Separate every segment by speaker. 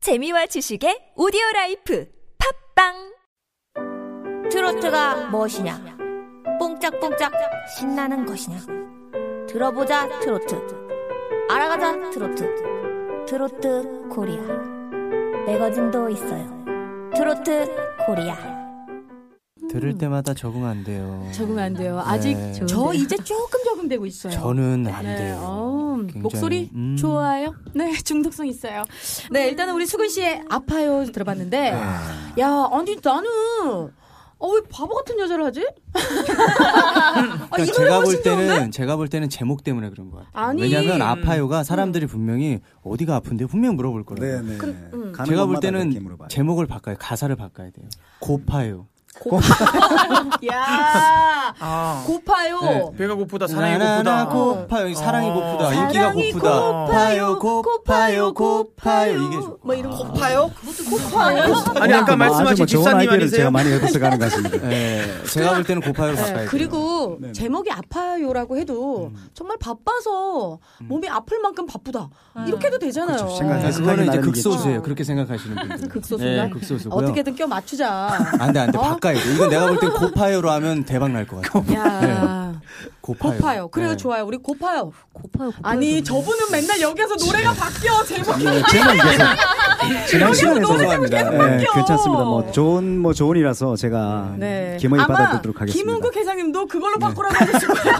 Speaker 1: 재미와 지식의 오디오 라이프 팝빵
Speaker 2: 트로트가 무엇이냐? 뽕짝뽕짝 신나는 것이냐? 들어보자 트로트. 알아가자 트로트. 트로트 코리아. 매거진도 있어요. 트로트 코리아.
Speaker 3: 음.
Speaker 4: 들을 때마다 적응 안 돼요.
Speaker 3: 적응 안 돼요. 아직
Speaker 4: 네.
Speaker 3: 좋은데.
Speaker 5: 저 이제 조금 적응되고 있어요.
Speaker 4: 저는 안
Speaker 3: 네,
Speaker 4: 돼요.
Speaker 3: 어우,
Speaker 4: 굉장히,
Speaker 3: 목소리
Speaker 4: 음.
Speaker 3: 좋아요? 네, 중독성 있어요. 네, 일단은 우리 수근 씨의 아파요 들어봤는데,
Speaker 4: 네.
Speaker 3: 야, 아니 나는 어, 왜 바보 같은 여자를 하지? 아, 이
Speaker 4: 그러니까
Speaker 3: 노래
Speaker 4: 제가 볼
Speaker 3: 훨씬
Speaker 4: 때는
Speaker 3: 좋은데?
Speaker 4: 제가 볼 때는 제목 때문에 그런 것 같아요.
Speaker 3: 아니. 음.
Speaker 4: 왜냐하면 아파요가 사람들이 분명히 어디가 아픈데 분명 물어볼 거라고. 요
Speaker 6: 네네. 그, 음. 가는
Speaker 4: 제가 볼
Speaker 6: 곳마다 그렇게
Speaker 4: 때는
Speaker 6: 물어봐요.
Speaker 4: 제목을 바꿔요. 가사를 바꿔야 돼요. 고파요.
Speaker 3: 야, 고파요.
Speaker 4: 네.
Speaker 7: 배가 고프다 그러니까 사랑이
Speaker 4: 나나나
Speaker 7: 고프다
Speaker 4: 고파요. 이 사랑이 고프다. 인기가
Speaker 3: 어. 사랑이
Speaker 4: 고프다.
Speaker 3: 고파요,
Speaker 4: 고파요, 고파요, 고파요. 이게 좋-
Speaker 3: 뭐 이런 거.
Speaker 7: 고파요?
Speaker 3: 고파요.
Speaker 7: 아니 아까
Speaker 6: 아주
Speaker 7: 말씀하신
Speaker 6: 뭐 좋은
Speaker 7: 집사님
Speaker 6: 아이디어를 제가
Speaker 7: 아니세요?
Speaker 6: 많이 엿서 가는 것 같습니다.
Speaker 4: 네, 제가 볼 때는 고파요로 바꿔야 돼요.
Speaker 3: 그리고
Speaker 6: 네네.
Speaker 3: 제목이 아파요라고 해도
Speaker 4: 음.
Speaker 3: 정말 바빠서 몸이 아플 만큼 바쁘다
Speaker 4: 음.
Speaker 3: 이렇게 해도 되잖아요.
Speaker 6: 그렇죠. 생각해.
Speaker 4: 그거는 이제
Speaker 6: 나름이겠죠.
Speaker 4: 극소수예요. 그렇게 생각하시는 분들.
Speaker 3: 극소수인가?
Speaker 4: 네, 극소수고요. 아,
Speaker 3: 어떻게든 껴 맞추자.
Speaker 4: 안돼 안돼
Speaker 3: 어?
Speaker 4: 바꿔야 돼. 이건 내가 볼 땐 고파요로 하면 대박 날 것 네. 같아.
Speaker 3: 야
Speaker 4: 고파요.
Speaker 3: 고파요. 그래요
Speaker 4: 네.
Speaker 3: 좋아요. 우리 고파요.
Speaker 2: 고파요, 고파요.
Speaker 3: 아니 저분은 맨날 여기서 노래가 바뀌어
Speaker 4: 네.
Speaker 3: 제목이.
Speaker 6: 예, 제목 계속 지난 시간에
Speaker 4: 너무 죄송합니다. 네.
Speaker 6: 예,
Speaker 3: 웃겨.
Speaker 6: 괜찮습니다. 뭐 좋은 뭐 좋은이라서 제가
Speaker 3: 네.
Speaker 6: 기머이
Speaker 3: 아마
Speaker 6: 받아들도록 하겠습니다.
Speaker 3: 김은국 회장님도 그걸로 바꾸라고 하셨을 거예요.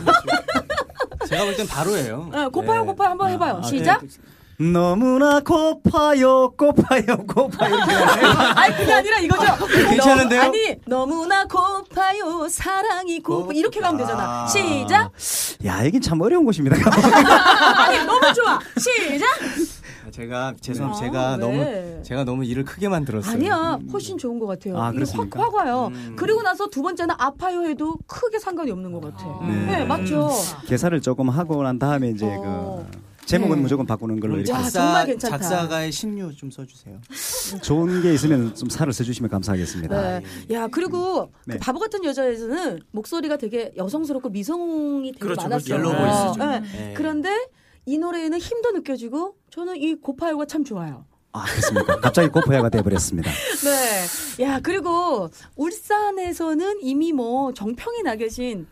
Speaker 4: 제가 볼 땐 바로예요.
Speaker 3: 네, 고파요
Speaker 4: 네.
Speaker 3: 고파요 한번 해봐요. 시작.
Speaker 6: 너무나 고파요, 고파요, 고파요.
Speaker 3: 아니 그게 아니라 이거죠.
Speaker 4: 괜찮은데요?
Speaker 3: 너, 아니 너무나 고파요 사랑이 고파 이렇게 가면 되잖아.
Speaker 4: 아.
Speaker 3: 시작.
Speaker 6: 야, 여긴 참 어려운 곳입니다.
Speaker 3: 아니 너무 좋아. 시작.
Speaker 4: 제가 죄송
Speaker 3: 아,
Speaker 4: 제가
Speaker 3: 왜?
Speaker 4: 너무 제가 너무 일을 크게 만들었어요.
Speaker 3: 아니야, 훨씬 좋은 것 같아요.
Speaker 6: 아,
Speaker 3: 이거 확
Speaker 6: 그렇습니까?
Speaker 3: 확 와요. 그리고 나서 두 번째는 아파요 해도 크게 상관이 없는 것 같아. 요
Speaker 6: 네.
Speaker 3: 네, 맞죠.
Speaker 6: 개사를 조금 하고 난 다음에 이제
Speaker 3: 어.
Speaker 6: 그 제목은
Speaker 3: 네.
Speaker 6: 무조건 바꾸는 걸로 이렇게
Speaker 3: 자.
Speaker 4: 작사,
Speaker 3: 정말 괜찮다.
Speaker 4: 작사가의 신료 좀 써주세요.
Speaker 6: 좋은 게 있으면 좀 살을 써주시면 감사하겠습니다.
Speaker 3: 네. 야, 그리고
Speaker 6: 아, 네.
Speaker 3: 그 바보 같은 여자에서는 목소리가 되게 여성스럽고 미성이 되게
Speaker 7: 그렇죠.
Speaker 3: 많았어요.
Speaker 7: 옐로우
Speaker 4: 보이스죠.
Speaker 3: 네.
Speaker 4: 네.
Speaker 3: 그런데 이 노래에는 힘도 느껴지고 저는 이 고파요가 참 좋아요.
Speaker 6: 아, 그렇습니까? 갑자기 고파야가 돼버렸습니다.
Speaker 3: 네. 야, 그리고 울산에서는 이미 뭐 정평이 나 계신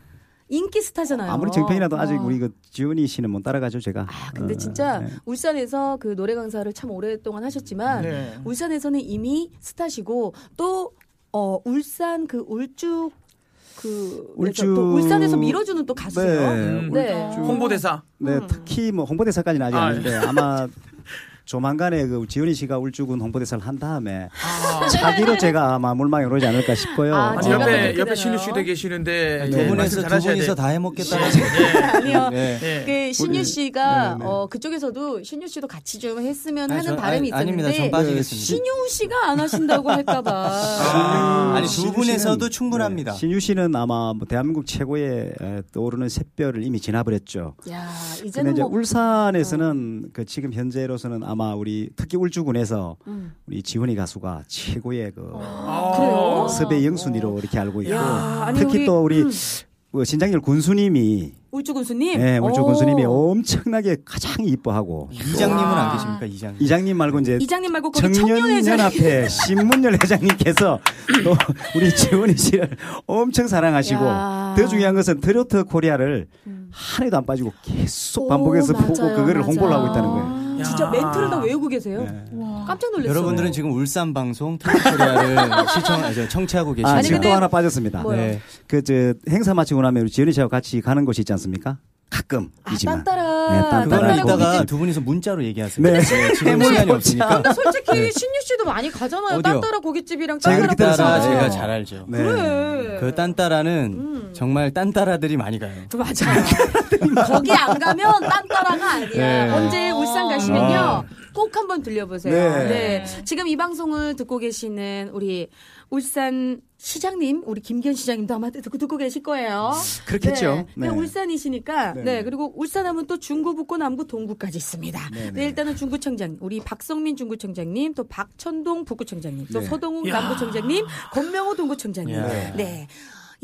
Speaker 3: 인기 스타잖아요.
Speaker 6: 아무리 정평이라도 아직
Speaker 3: 어.
Speaker 6: 우리 그 지훈이 씨는 못 따라가죠, 제가.
Speaker 3: 아, 근데
Speaker 6: 어,
Speaker 3: 진짜
Speaker 6: 네.
Speaker 3: 울산에서 그 노래 강사를 참 오랫동안 하셨지만
Speaker 7: 네.
Speaker 3: 울산에서는 이미 스타시고 또 어, 울산 그 울쭉 그
Speaker 6: 울쭉.
Speaker 3: 그래서 또 울산에서 밀어주는 또 가수예요.
Speaker 6: 네,
Speaker 7: 음.
Speaker 3: 네.
Speaker 7: 홍보대사
Speaker 6: 네, 특히 뭐 홍보대사까지는 아직
Speaker 7: 아,
Speaker 6: 아닌데 아마 조만간에 그 지훈이 씨가 울주군 홍보대사를 한 다음에
Speaker 7: 아.
Speaker 6: 차기로 제가 아마 물망에 오르지 않을까 싶고요.
Speaker 3: 아,
Speaker 7: 아니,
Speaker 3: 제가 또
Speaker 7: 옆에
Speaker 3: 그렇게
Speaker 7: 옆에
Speaker 3: 되나요?
Speaker 7: 신유 씨도 계시는데
Speaker 4: 아, 두
Speaker 7: 예,
Speaker 4: 분에서
Speaker 7: 말씀
Speaker 4: 두
Speaker 7: 잘하셔야
Speaker 4: 분이서
Speaker 7: 돼요.
Speaker 4: 다 해먹겠다.
Speaker 3: 네. 아니요.
Speaker 4: 네.
Speaker 7: 예.
Speaker 3: 그 신유 씨가 어, 그쪽에서도 신유 씨도 같이 좀 했으면
Speaker 4: 아니, 저-
Speaker 3: 하는 바람이
Speaker 4: 아니,
Speaker 3: 있었는데
Speaker 4: 아닙니다. 전 빠지겠습니다.
Speaker 3: 신유 씨가 안 하신다고 할까봐.
Speaker 7: 아.
Speaker 4: 아니 두
Speaker 6: 신유
Speaker 4: 분에서도
Speaker 6: 씨는-
Speaker 4: 충분합니다.
Speaker 6: 네, 신유 씨는 아마 뭐 대한민국 최고의 에, 떠오르는 샛별을 이미 지나버렸죠.
Speaker 3: 야
Speaker 6: 근데
Speaker 3: 이제는
Speaker 6: 이제
Speaker 3: 뭐
Speaker 6: 울산에서는 그 지금 현재로서는 아마 우리 특히 울주군에서
Speaker 3: 음.
Speaker 6: 우리 지훈이 가수의 최고의 그
Speaker 7: 아.
Speaker 3: 그래요?
Speaker 6: 섭외 영순위로 이렇게 알고 있고
Speaker 3: 야, 아니,
Speaker 6: 특히
Speaker 3: 우리-
Speaker 6: 또 우리 그 신장렬 군수님이
Speaker 3: 울주 군수님.
Speaker 6: 예, 울주
Speaker 3: 오.
Speaker 6: 군수님이 엄청나게 가장 이뻐하고
Speaker 4: 이장님은
Speaker 3: 아.
Speaker 4: 안 계십니까 이장님?
Speaker 6: 이장님 말고 이제
Speaker 3: 이장님 말고 거기 청년회장
Speaker 6: 청년연합회 신문열 회장님께서 또 우리 지원이 씨를 엄청 사랑하시고
Speaker 3: 야. 음.
Speaker 6: 더 중요한 것은 트로트 코리아를 한 해도 안 빠지고 계속 반복해서
Speaker 3: 오,
Speaker 6: 보고
Speaker 3: 맞아요,
Speaker 6: 그거를
Speaker 3: 맞아요.
Speaker 6: 홍보를 하고 있다는 거예요.
Speaker 7: 야.
Speaker 3: 진짜 멘트를 다 외우고 계세요. 깜짝 놀랐어요.
Speaker 4: 네. 여러분들은 지금 울산 방송 토요코리아를 시청 아, 저, 청취하고 계시죠?
Speaker 6: 아,
Speaker 3: 아니,
Speaker 6: 지금
Speaker 3: 근데-
Speaker 6: 또 하나 빠졌습니다.
Speaker 3: 뭐요?
Speaker 4: 네.
Speaker 6: 그 저 행사 마치고 나면 우리 지연이 씨하고 같이 가는 곳이 있지 않습니까?
Speaker 3: 아,
Speaker 6: 가끔이지만.
Speaker 3: 딴따라.
Speaker 6: 네, 딴따라
Speaker 4: 그거는
Speaker 6: 따라하고
Speaker 4: 이따가
Speaker 6: 계시죠.
Speaker 4: 두 분이서 문자로 얘기하세요.
Speaker 6: 네.
Speaker 4: 지금 시간이 없으니까.
Speaker 3: 근데 솔직히 신유 씨도 많이 가잖아요.
Speaker 4: 어디요?
Speaker 3: 딴따라 고깃집이랑
Speaker 6: 제가
Speaker 3: 딴따라
Speaker 6: 그렇게
Speaker 4: 딴따라
Speaker 3: 고깃집.
Speaker 6: 들었어요.
Speaker 4: 제가
Speaker 6: 네.
Speaker 4: 잘 알죠.
Speaker 6: 네.
Speaker 3: 그래.
Speaker 4: 그 딴따라는 정말 딴따라들이 많이 가요.
Speaker 3: 맞아. 거기 안 가면 딴따라가 아니야.
Speaker 4: 네.
Speaker 3: 언제 울산 가시면요.
Speaker 4: 아.
Speaker 3: 꼭 한번 들려보세요.
Speaker 6: 네.
Speaker 3: 네. 지금 이 방송을 듣고 계시는 우리 울산 시장님, 우리 김기현 시장님도 아마 듣고, 듣고 계실 거예요.
Speaker 6: 그렇겠죠.
Speaker 3: 네.
Speaker 6: 네.
Speaker 3: 울산이시니까.
Speaker 6: 네.
Speaker 3: 네. 그리고 울산하면 또 중구, 북구, 남구, 동구까지 있습니다. 네, 일단은 중구청장, 우리 박성민 중구청장님, 또 박천동 북구청장님, 또 서동훈 남구청장님, 권명호 동구청장님. 네.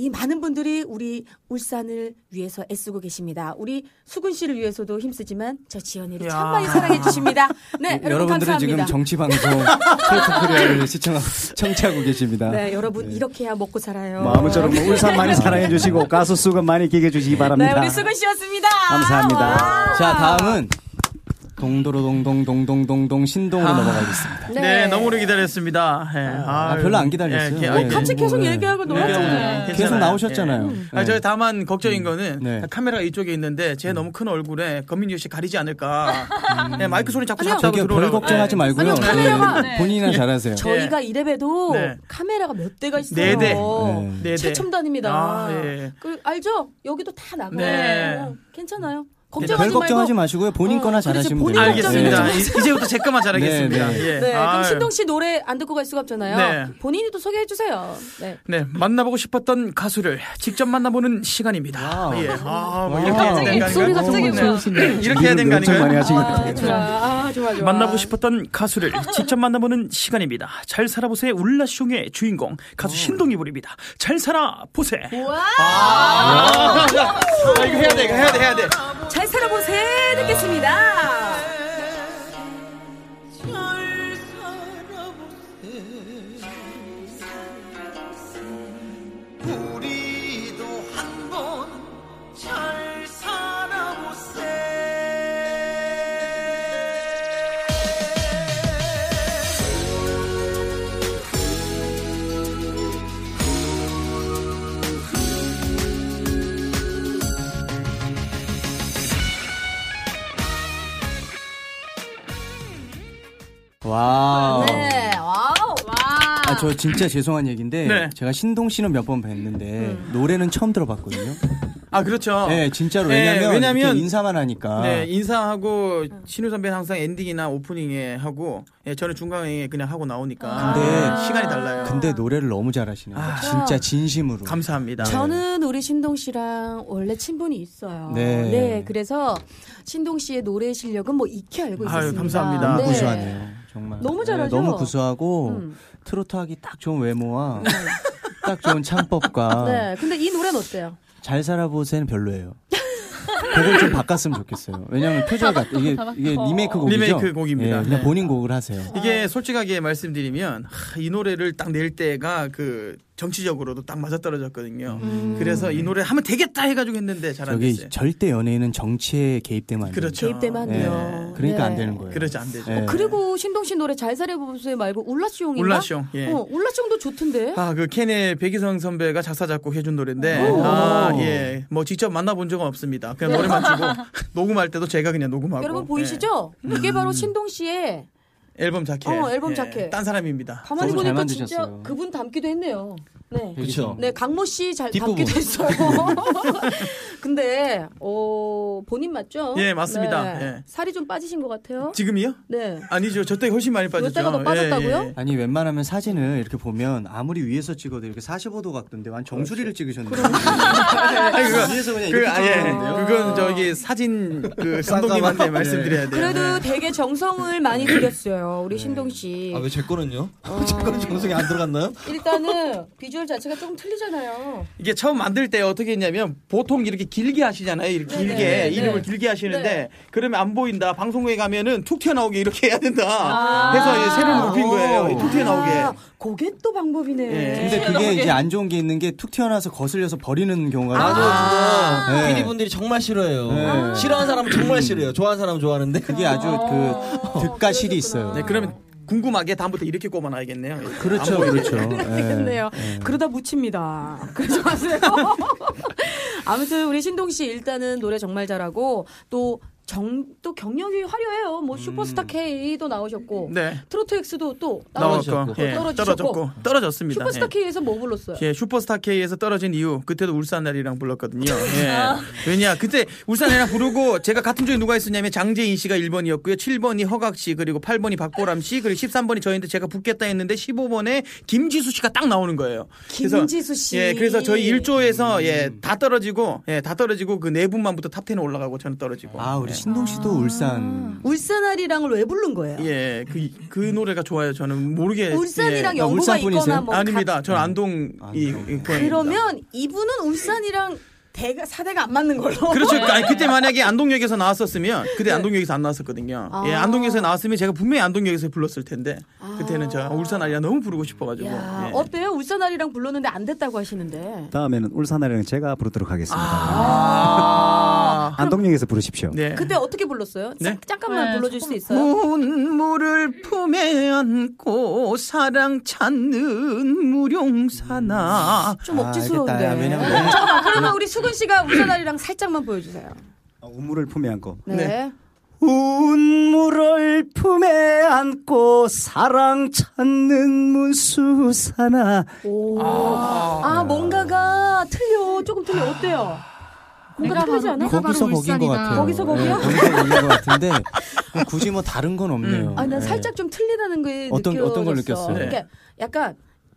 Speaker 3: 이 많은 분들이 우리 울산을 위해서 애쓰고 계십니다. 우리 수근 씨를 위해서도 힘쓰지만 저 지연이를 참
Speaker 7: 야.
Speaker 3: 많이 사랑해 주십니다. 네, 여러분
Speaker 4: 여러분들은
Speaker 3: 감사합니다.
Speaker 4: 지금 정치 방송 컬투 코리아를 시청하고 청취하고 계십니다.
Speaker 3: 네, 여러분 이렇게 해야 먹고 살아요.
Speaker 6: 뭐 아무쪼록 뭐 울산 많이 사랑해 주시고 가수 수건 많이 기게 주시기
Speaker 3: 네,
Speaker 6: 바랍니다.
Speaker 3: 우리 수근 씨였습니다.
Speaker 6: 감사합니다.
Speaker 4: 자, 다음은 동도로 동동 동동동동 신동으로 넘어가겠습니다.
Speaker 7: 네. 너무 오래 기다렸습니다. 예. 아,
Speaker 4: 별로 안 기다렸어요.
Speaker 7: 예,
Speaker 4: 네.
Speaker 7: 예.
Speaker 3: 같이 계속
Speaker 4: 네.
Speaker 3: 얘기하고 놀았잖아요.
Speaker 7: 음, 괜찮아요.
Speaker 4: 계속 나오셨잖아요.
Speaker 7: 예. 아, 저 다만 걱정인 거는
Speaker 4: 네. 음.
Speaker 7: 카메라가 이쪽에 있는데 제 너무 큰 얼굴에 검민유 씨 가리지 않을까. 예, 마이크 소리 자꾸 잡고
Speaker 4: 저기 별
Speaker 7: 들어오라고.
Speaker 4: 걱정하지
Speaker 7: 예.
Speaker 4: 말고요.
Speaker 3: 아니요, 카메라가-
Speaker 4: 네, 본인이나 잘하세요.
Speaker 3: 저희가 이래봬도
Speaker 7: 네.
Speaker 3: 카메라가 몇 대가 있어요.
Speaker 7: 네
Speaker 4: 네.
Speaker 7: 대. 네, 네.
Speaker 3: 최첨단입니다.
Speaker 7: 아, 예.
Speaker 3: 그 알죠? 여기도 다 남아요. 어,
Speaker 7: 네.
Speaker 3: 괜찮아요.
Speaker 4: 별
Speaker 3: 걱정하지 말고.
Speaker 4: 걱정하지 마시고요. 본인
Speaker 3: 어,
Speaker 4: 거나
Speaker 3: 그렇지,
Speaker 4: 잘하시면
Speaker 3: 본인
Speaker 4: 돼요.
Speaker 7: 알겠습니다.
Speaker 4: 네.
Speaker 7: 이- 이제부터 제 것만 잘하겠습니다.
Speaker 4: 네, 네.
Speaker 7: 예.
Speaker 3: 네, 그럼
Speaker 7: 아유.
Speaker 3: 신동 씨 노래 안 듣고 갈 수가 없잖아요.
Speaker 7: 네.
Speaker 3: 본인이 또 소개해 주세요. 네.
Speaker 7: 네, 만나보고 싶었던 가수를 직접 만나보는 시간입니다.
Speaker 4: 와우.
Speaker 7: 예. 아, 뭐
Speaker 4: 와우.
Speaker 7: 이렇게 해야 되는 거 아닌가요?
Speaker 8: 목소리가 정말
Speaker 7: 네.
Speaker 8: 좋으시네요.
Speaker 7: 이렇게 해야 되는 거
Speaker 6: 엄청 많이
Speaker 7: 아닌가요?
Speaker 6: 하신 것 같아요.
Speaker 3: 좋아. 아, 좋아, 좋아.
Speaker 7: 만나고 싶었던 가수를 직접 만나보는 시간입니다. 잘 살아보세요. 울라숑의 주인공 가수 신동이 부릅니다. 잘 살아보세요. 아, 이거 해야 돼, 이거 해야 돼, 해야 돼.
Speaker 3: 잘 살아보세요. 듣겠습니다.
Speaker 9: 우리도 한번 잘 살아보세.
Speaker 4: 와우.
Speaker 3: 네. 와우. 와.
Speaker 4: 아, 저 진짜 죄송한 얘기인데
Speaker 7: 네.
Speaker 4: 제가 신동 씨는 몇 번 뵀는데 노래는 처음 들어봤거든요.
Speaker 7: 아, 그렇죠.
Speaker 4: 네, 진짜로
Speaker 7: 네,
Speaker 4: 왜냐면,
Speaker 7: 왜냐면-
Speaker 4: 이렇게 인사만 하니까
Speaker 7: 네, 인사하고 신우 선배는 항상 엔딩이나 오프닝에 하고 예, 저는 중간에 그냥 하고 나오니까
Speaker 4: 근데-
Speaker 7: 시간이 달라요.
Speaker 4: 아. 근데 노래를 너무 잘하시는 거예요. 진짜 진심으로.
Speaker 7: 아. 감사합니다.
Speaker 3: 저는 우리 신동 씨랑 원래 친분이 있어요.
Speaker 4: 네.
Speaker 3: 그래서 신동 씨의 노래 실력은 뭐 익히 알고
Speaker 7: 아유,
Speaker 3: 있습니다.
Speaker 7: 감사합니다.
Speaker 4: 너무
Speaker 7: 네.
Speaker 4: 구수하네요. 정말.
Speaker 3: 너무
Speaker 4: 네,
Speaker 3: 잘하죠?
Speaker 4: 너무 구수하고
Speaker 3: 음.
Speaker 4: 트로트 하기 딱 좋은 외모와 딱 좋은 창법과
Speaker 3: 네. 근데 이 노래는 어때요?
Speaker 4: 잘 살아보세는 별로예요. 그걸 좀 바꿨으면 좋겠어요. 왜냐면 표절 같 이게 이게 리메이크 곡이죠.
Speaker 7: 리메이크 곡입니다.
Speaker 4: 예, 그냥
Speaker 7: 네.
Speaker 4: 본인 곡을 하세요.
Speaker 7: 이게 솔직하게 말씀드리면 하, 이 노래를 딱 낼 때가 그 정치적으로도 딱 맞아떨어졌거든요.
Speaker 3: 음.
Speaker 7: 그래서 이 노래 하면 되겠다 해가지고 했는데 잘 안
Speaker 4: 저기
Speaker 7: 됐어요.
Speaker 4: 절대 연예인은 정치에 개입되면 안 돼요.
Speaker 7: 그렇죠.
Speaker 3: 개입되면 안
Speaker 4: 예,
Speaker 3: 돼요.
Speaker 4: 그러니까
Speaker 3: 네.
Speaker 4: 안 되는 거예요.
Speaker 7: 그러지 안 되죠.
Speaker 4: 예.
Speaker 10: 그렇죠.
Speaker 3: 그리고 신동 씨 노래 잘 살아보세요 말고 울라숑인가?
Speaker 7: 울라숑, 예.
Speaker 3: 어, 울라숑도 좋던데.
Speaker 7: 아, 그 켄의 백이성 선배가 작사 작곡 해준 노래인데, 아, 예, 뭐 직접 만나본 적은 없습니다. 그냥 노래만 주고 녹음할 때도 제가 그냥 예. 녹음하고.
Speaker 3: 여러분 보이시죠? 이게 바로 신동 씨의
Speaker 7: 예, 앨범 자켓.
Speaker 3: 어, 앨범
Speaker 7: 예,
Speaker 3: 자켓.
Speaker 7: 딴 사람입니다.
Speaker 3: 가만히
Speaker 4: 너무 잘
Speaker 3: 보니까 진짜
Speaker 4: 만드셨어요.
Speaker 3: 그분 닮기도 했네요. 네.
Speaker 4: 그렇죠.
Speaker 3: 네, 강모 씨 잘
Speaker 4: 뒷부분.
Speaker 3: 닮기도 했어요. 근데 어, 본인 맞죠? 네.
Speaker 7: 예, 맞습니다. 예.
Speaker 3: 살이 좀 빠지신 것 같아요.
Speaker 7: 지금이요?
Speaker 3: 네.
Speaker 7: 아니죠. 저때 훨씬 많이 빠졌죠.
Speaker 3: 때가 더 빠졌다고요?
Speaker 7: 예, 예.
Speaker 4: 아니 웬만하면 사진을 이렇게 보면 아무리 위에서 찍어도 이렇게 45도 각도인데 완 정수리를 찍으셨는데
Speaker 7: 아니, 그거,
Speaker 4: 위에서 그냥
Speaker 3: 네,
Speaker 7: 그렇죠. 그,
Speaker 4: 이렇게
Speaker 7: 아, 예.
Speaker 4: 찍으셨는데요.
Speaker 7: 그건 저기 사진 그 감독님한테
Speaker 4: 쌍가만.
Speaker 7: 말씀드려야 돼요.
Speaker 3: 그래도
Speaker 7: 예.
Speaker 3: 되게 정성을 많이 들였어요. 우리 신동 씨. 어.
Speaker 10: 아 왜 제 거는요? 제 거는 정성이 안 들어갔나요?
Speaker 3: 일단은 비주얼 자체가 조금 틀리잖아요.
Speaker 7: 이게 처음 만들 때 어떻게 했냐면 보통 이렇게 길게 하시잖아요. 이렇게
Speaker 3: 네,
Speaker 7: 길게 이름을 길게 하시는데 그러면 안 보인다. 방송국에 가면은 툭 튀어나오게 이렇게 해야 된다. 해서 이제 새로 높인 거예요. 툭
Speaker 3: 아,
Speaker 7: 튀어나오게.
Speaker 3: 그게 또 방법이네.
Speaker 7: 예.
Speaker 4: 근데 그게 이제 안 좋은 게 있는 게 툭 튀어나와서 거슬려서 버리는 경우가
Speaker 10: 맞아,
Speaker 4: 네.
Speaker 10: 요 PD분들이 아, 정말 싫어해요. 아.
Speaker 4: 네.
Speaker 10: 싫어하는 사람은 정말 싫어해요. 좋아하는 사람은 좋아하는데.
Speaker 4: 그게 아주 그 득과 실이 있어요.
Speaker 7: 네, 그러면 궁금하게 다음부터 이렇게 꼽아놔야겠네요.
Speaker 4: 그렇죠, 그렇죠. 예.
Speaker 3: 되겠네요. 그러다 묻힙니다. 그러지 마세요. 아무튼 우리 신동 씨 일단은 노래 정말 잘하고 또 정 또 경력이 화려해요. 뭐 슈퍼스타 K도 나오셨고
Speaker 7: 음. 네.
Speaker 3: 트로트 X도 또 나오셨고
Speaker 7: 나왔고 예,
Speaker 3: 떨어지셨고.
Speaker 7: 떨어졌고 떨어졌습니다.
Speaker 3: 슈퍼스타
Speaker 7: 예.
Speaker 3: K에서 뭐 불렀어요?
Speaker 7: 예, 슈퍼스타 K에서 떨어진 이유 그때도 울산날이랑 불렀거든요.
Speaker 3: 아.
Speaker 7: 예. 왜냐 그때 울산날이랑 부르고 제가 같은 쪽에 누가 있었냐면 장재인 씨가 1번이었고요, 7번이 허각 씨 그리고 8번이 박보람 씨 그리고 13번이 저인데 제가 붙겠다 했는데 15번에 김지수 씨가 딱 나오는 거예요. 그래서-
Speaker 3: 김지수 씨.
Speaker 7: 예, 그래서 저희 1조에서 예, 다 떨어지고 예, 다 떨어지고 그 네 분만부터 탑10에 올라가고 저는 떨어지고.
Speaker 4: 아, 우리
Speaker 7: 예.
Speaker 4: 신동 씨도 울산.
Speaker 3: 울산아리랑을 왜 부른 거예요?
Speaker 7: 예, 그, 그 노래가 좋아요. 저는 모르게.
Speaker 3: 울산이랑
Speaker 7: 예.
Speaker 4: 영-
Speaker 3: 연고가
Speaker 4: 울산 분이세요?
Speaker 3: 있거나 뭐 가-
Speaker 7: 아닙니다. 저는 안동이
Speaker 4: 안동.
Speaker 7: 고향입니다.
Speaker 3: 그러면 이분은 울산이랑 대가 사대가 안 맞는 걸로.
Speaker 7: 그렇죠. 아니, 그때 만약에 안동역에서 나왔었으면
Speaker 3: 네.
Speaker 7: 그때 안동역에서 안 나왔었거든요. 예,
Speaker 3: 아.
Speaker 7: 안동역에서 나왔으면 제가 분명히 안동역에서 불렀을 텐데 그때는 저 울산 아리랑 너무 부르고 싶어가지고.
Speaker 3: 야,
Speaker 7: 예.
Speaker 3: 아, 어때요? 울산아리랑 불렀는데 안 됐다고 하시는데.
Speaker 6: 다음에는 울산아리랑 제가 부르도록 하겠습니다.
Speaker 7: 아.
Speaker 6: 안동역에서 부르십시오.
Speaker 7: 네.
Speaker 3: 어. 그때 어떻게 불렀어요?
Speaker 7: 네?
Speaker 3: 자- 잠깐만
Speaker 8: 네,
Speaker 3: 불러줄 수 있어요?
Speaker 7: 눈물을 품에 안고 사랑 찾는 무룡사나
Speaker 3: 좀
Speaker 6: 네,
Speaker 4: 아, 알겠다. 아,
Speaker 3: 억지스러운데.
Speaker 4: 왜냐면 음. 너무
Speaker 3: 잠깐만, 그러면 우리 수근 씨가 울산아리랑 살짝만 보여주세요.
Speaker 6: 아, 우물을 품에 안고.
Speaker 3: 네.
Speaker 6: 운물을 품에 안고 사랑 찾는 문수사나
Speaker 3: 오. 아, 뭔가가 틀려. 조금 틀려. 어때요? 뭔가 틀리지 않아?
Speaker 4: 거기서 거긴 것 같아요.
Speaker 3: 거기서 거기요?
Speaker 4: 예, 거기서 거긴 것 같은데 굳이 뭐 다른 건 없네요.
Speaker 3: 아, 난
Speaker 4: 예.
Speaker 3: 살짝 좀 틀리다는 게
Speaker 4: 어떤-
Speaker 3: 느껴졌어.
Speaker 4: 어떤 걸 느꼈어요?
Speaker 7: 네.
Speaker 3: 그러니까 약간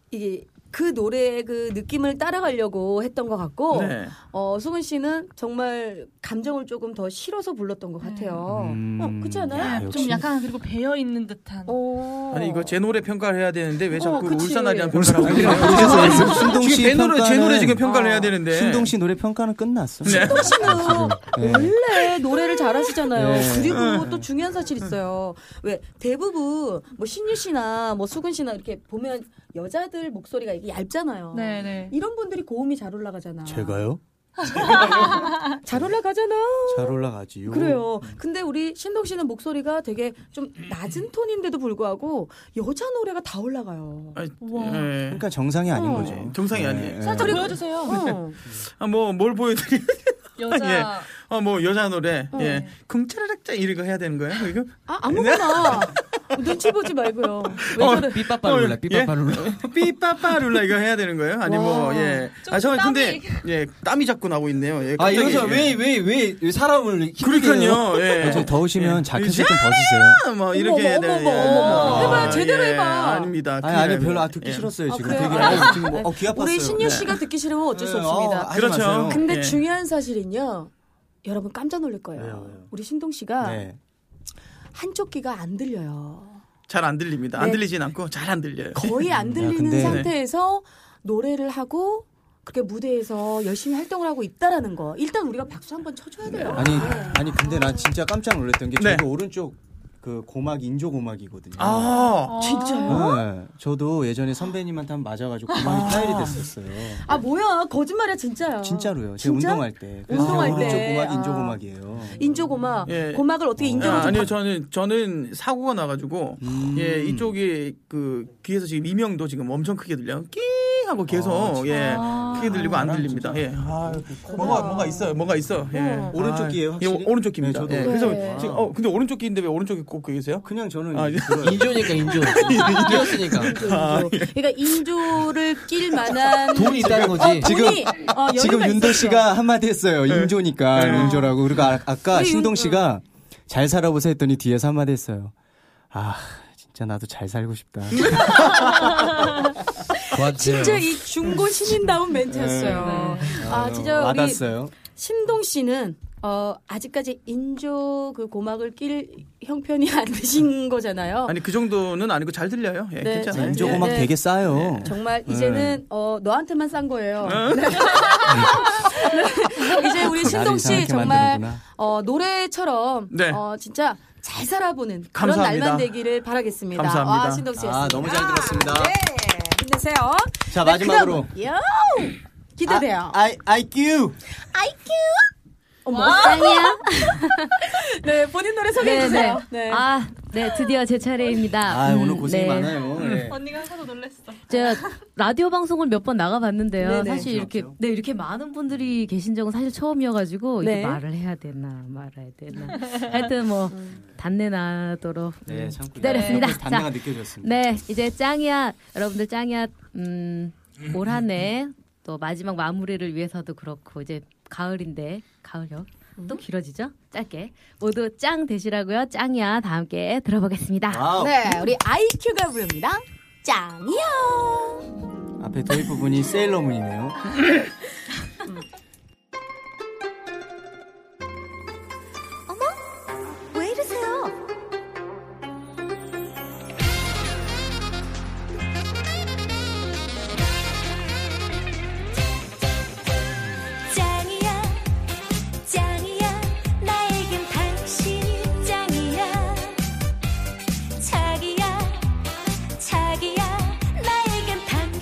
Speaker 3: 이게 그 노래의 그 느낌을 따라가려고 했던 것 같고
Speaker 7: 네.
Speaker 3: 어, 송은 씨는 정말 감정을 조금 더 실어서 불렀던 것 같아요.
Speaker 4: 음.
Speaker 3: 어, 그렇지 않아요?
Speaker 4: 아, 역시.
Speaker 8: 좀 약간 그리고 배어 있는 듯한.
Speaker 3: 어.
Speaker 7: 네. 아니 이거 제 노래 평가를 해야 되는데 왜 자꾸
Speaker 3: 어, 그치.
Speaker 7: 울산 아리랑 평가를 하고
Speaker 4: 울산
Speaker 7: 있어요?
Speaker 4: 아리랑 부르셨어요. 신동
Speaker 7: 지금
Speaker 4: 씨
Speaker 7: 제 노래 제 노래
Speaker 4: 평가는-
Speaker 7: 지금 평가를 해야 되는데 네.
Speaker 4: 신동 씨 노래 평가는 끝났어.
Speaker 3: 신동 씨는
Speaker 4: 예.
Speaker 3: 원래 노래를 잘하시잖아요.
Speaker 4: 네.
Speaker 3: 그리고 또 중요한 사실 있어요. 왜 대부분 뭐 신유 씨나 뭐 수근 씨나 이렇게 보면 여자들 목소리가 이게 얇잖아요.
Speaker 8: 네네.
Speaker 3: 이런 분들이 고음이 잘 올라가잖아.
Speaker 4: 제가요?
Speaker 3: 잘 올라가잖아.
Speaker 4: 잘 올라가지요.
Speaker 3: 그래요. 근데 우리 신동 씨는 목소리가 되게 좀 낮은 톤인데도 불구하고 여자 노래가 다 올라가요.
Speaker 7: 아니,
Speaker 8: 우와.
Speaker 7: 예.
Speaker 4: 그러니까 정상이 아닌
Speaker 3: 어.
Speaker 4: 거죠.
Speaker 7: 정상이
Speaker 4: 예,
Speaker 7: 아니에요.
Speaker 4: 예.
Speaker 8: 살짝 보여주세요.
Speaker 3: 어.
Speaker 7: 아, 뭐뭘 보여드리?
Speaker 8: 여자.
Speaker 7: 아, 뭐 여자 노래.
Speaker 3: 어.
Speaker 7: 예. 쿵차라락짜 이런 거 해야 되는 거예요? 이거?
Speaker 3: 아 아무거나 눈치 보지 말고요. 왜
Speaker 7: 어,
Speaker 3: 저래?
Speaker 10: 삐빠빠룰라, 삐빠빠룰라.
Speaker 7: 삐빠빠룰라 이거 해야 되는 거예요? 아니 뭐 예. 아 저는 근데 예 땀이 자꾸 나고 있네요. 예,
Speaker 10: 아,
Speaker 7: 갑자기,
Speaker 10: 이러서
Speaker 7: 예.
Speaker 10: 왜, 왜, 왜, 왜 사람을. 힘들게 해요? 아,
Speaker 7: 그러니까요. 예.
Speaker 4: 아, 좀 더우시면
Speaker 7: 예.
Speaker 4: 자켓을 좀 벗으세요.
Speaker 7: 뭐 이렇게 해야
Speaker 3: 어머,
Speaker 7: 되는
Speaker 3: 어머, 어머. 해봐요. 제대로 해봐.
Speaker 7: 아닙니다.
Speaker 4: 아니
Speaker 7: 큰일
Speaker 4: 아니
Speaker 7: 납니다.
Speaker 4: 별로 아 듣기
Speaker 7: 예.
Speaker 4: 싫었어요 지금.
Speaker 3: 그래요?
Speaker 4: 되게
Speaker 3: 아,
Speaker 4: 아, 지금 뭐, 어, 귀 아팠어요.
Speaker 3: 우리 신유 씨가 듣기 싫으면 어쩔 수
Speaker 4: 예,
Speaker 3: 없습니다.
Speaker 4: 어, 하지
Speaker 7: 그렇죠.
Speaker 4: 마세요.
Speaker 3: 근데
Speaker 7: 예.
Speaker 3: 중요한 사실은요. 여러분 깜짝 놀랄 거예요.
Speaker 4: 왜요, 왜요?
Speaker 3: 우리 신동 씨가
Speaker 4: 네.
Speaker 3: 한쪽 귀가 안 들려요.
Speaker 7: 잘 안 들립니다. 안
Speaker 3: 네.
Speaker 7: 들리진 않고 잘 안 들려요.
Speaker 3: 거의 안 들리는
Speaker 4: 아, 근데-
Speaker 3: 상태에서 노래를 하고 그렇게 무대에서 열심히 활동을 하고 있다라는 거. 일단 우리가 박수 한번 쳐줘야 돼요.
Speaker 4: 네. 아니 아니 근데 난 진짜 깜짝 놀랐던 게
Speaker 7: 네.
Speaker 4: 저도 오른쪽 그 고막 인조 고막이거든요.
Speaker 3: 어.
Speaker 7: 아,
Speaker 3: 진짜요?
Speaker 4: 네. 저도 예전에 선배님한테 한 번 맞아가지고 고막이 파열이 됐었어요.
Speaker 3: 아 뭐야 거짓말이야 진짜야.
Speaker 4: 진짜로요. 제가
Speaker 3: 진짜?
Speaker 4: 운동할 때. 그래서
Speaker 3: 운동할
Speaker 4: 제가 오른쪽
Speaker 3: 때.
Speaker 4: 고막이
Speaker 3: 아.
Speaker 4: 인조 고막이에요.
Speaker 3: 인조 고막
Speaker 7: 예.
Speaker 3: 고막을 어떻게 인정을
Speaker 7: 아,
Speaker 3: 좀
Speaker 7: 아니요
Speaker 3: 받-
Speaker 7: 저는 저는 사고가 나가지고
Speaker 4: 음.
Speaker 7: 예 이쪽이 그 귀에서 지금 이명도 지금 엄청 크게 들려요 끼 하고 계속
Speaker 4: 아, 진짜.
Speaker 7: 예 크게 들리고 안 들립니다
Speaker 4: 진짜.
Speaker 7: 예 아, 뭐가 뭐가 있어요 뭐가 있어 예
Speaker 3: 어.
Speaker 4: 오른쪽 귀예요,
Speaker 7: 아,
Speaker 4: 확실히?
Speaker 7: 예, 오른쪽 귀입니다
Speaker 4: 네, 저도 그러니까.
Speaker 7: 예,
Speaker 3: 오른쪽
Speaker 7: 그래서
Speaker 3: 귀.
Speaker 7: 지금 어 근데 오른쪽 귀인데 왜 오른쪽에 꼭 계세요
Speaker 4: 그냥 저는 아,
Speaker 7: 아,
Speaker 4: 들어요.
Speaker 10: 인조니까, 인조. 인조였으니까.
Speaker 3: 인조, 인조. 그러니까 인조를 낄 만한
Speaker 10: 돈이 있다는 거지.
Speaker 3: 어,
Speaker 4: 지금-
Speaker 3: 돈이, 어, 여유가
Speaker 4: 지금 윤도
Speaker 3: 있었어.
Speaker 4: 씨가 한마디 했어요.
Speaker 7: 네.
Speaker 4: 인조니까 인조라고. 그리고 아, 아까
Speaker 3: 우리
Speaker 4: 신동
Speaker 3: 윤-
Speaker 4: 씨가 잘 살아보세요 했더니 뒤에서 한마디 했어요. 아 진짜 나도 잘 살고 싶다.
Speaker 10: 좋았지.
Speaker 4: 네,
Speaker 3: 진짜 이 중고 신인다운 멘트였어요. 아 진짜 우리
Speaker 4: 와닿았어요.
Speaker 3: 신동 씨는 어, 아직까지 인조 그 고막을 낄 형편이 안 되신 거잖아요.
Speaker 7: 아니 그 정도는 아니고 잘 들려요 예
Speaker 3: 네,
Speaker 7: 괜찮아요
Speaker 3: 잘
Speaker 4: 인조
Speaker 3: 네,
Speaker 4: 고막
Speaker 3: 네.
Speaker 4: 되게 싸요.
Speaker 3: 정말
Speaker 4: 네.
Speaker 3: 이제는 어, 너한테만 싼 거예요. 네. 네. 이제 우리 신동
Speaker 4: 나를
Speaker 3: 씨
Speaker 4: 이상하게
Speaker 3: 정말
Speaker 4: 만드는구나.
Speaker 3: 어, 노래처럼
Speaker 7: 네.
Speaker 3: 어, 진짜 잘 살아보는 그런
Speaker 7: 감사합니다.
Speaker 3: 날만 되기를 바라겠습니다.
Speaker 7: 감사합니다.
Speaker 3: 와, 신동 씨였습니다.
Speaker 4: 아 너무 잘 들었습니다.
Speaker 3: 힘내세요. 그
Speaker 4: 자 마지막으로 아,
Speaker 3: 요! 기대돼요.
Speaker 4: I I Q
Speaker 3: 어머, 아니야. 네, 본인 노래 소개해 주세요. 네.
Speaker 11: 아, 네, 드디어 제 차례입니다.
Speaker 4: 아
Speaker 11: 음,
Speaker 4: 오늘 고생이
Speaker 11: 네.
Speaker 4: 많아요. 네.
Speaker 11: 제가 라디오 방송을 몇 번 나가봤는데요.
Speaker 3: 네네.
Speaker 11: 사실 이렇게
Speaker 4: 그렇죠.
Speaker 11: 네 이렇게 많은 분들이 계신 적은 사실 처음이어가지고
Speaker 3: 네.
Speaker 11: 이게 말을 해야 되나 말아야 되나. 하여튼 뭐
Speaker 3: 음.
Speaker 11: 단내 나도록
Speaker 4: 네,
Speaker 11: 음,
Speaker 4: 참고
Speaker 11: 기다렸습니다.
Speaker 4: 옆에서 단내가 느껴졌습니다.
Speaker 11: 네, 이제 짱이야 여러분들 짱이야 음, 올 한해 또 마지막 마무리를 위해서도 그렇고 이제 가을인데 가을요.
Speaker 3: 음.
Speaker 11: 또 길어지죠? 짧게 모두 짱 되시라고요. 짱이야 다 함께 들어보겠습니다.
Speaker 4: 와우.
Speaker 3: 네, 우리 아이큐가 부릅니다. 짱이요.
Speaker 4: 앞에 도입 부분이 세일러문이네요.
Speaker 1: 어머,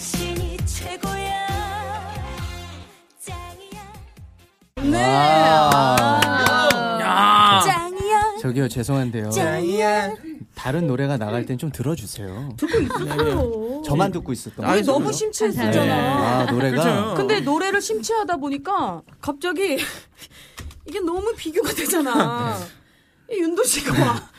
Speaker 3: 네.
Speaker 8: 짱이야.
Speaker 4: 아. 저기요 죄송한데요.
Speaker 8: 짱이야.
Speaker 4: 다른 노래가 나갈 땐 좀 들어주세요. 듣고 있어요. 저만 듣고 있었던
Speaker 7: 아니,
Speaker 4: 거예요.
Speaker 3: 너무 심취했었잖아.
Speaker 4: 아 노래가
Speaker 7: 그렇죠.
Speaker 3: 근데 노래를 심취하다 보니까 갑자기 이게 너무 비교가 되잖아. 이 윤도 씨가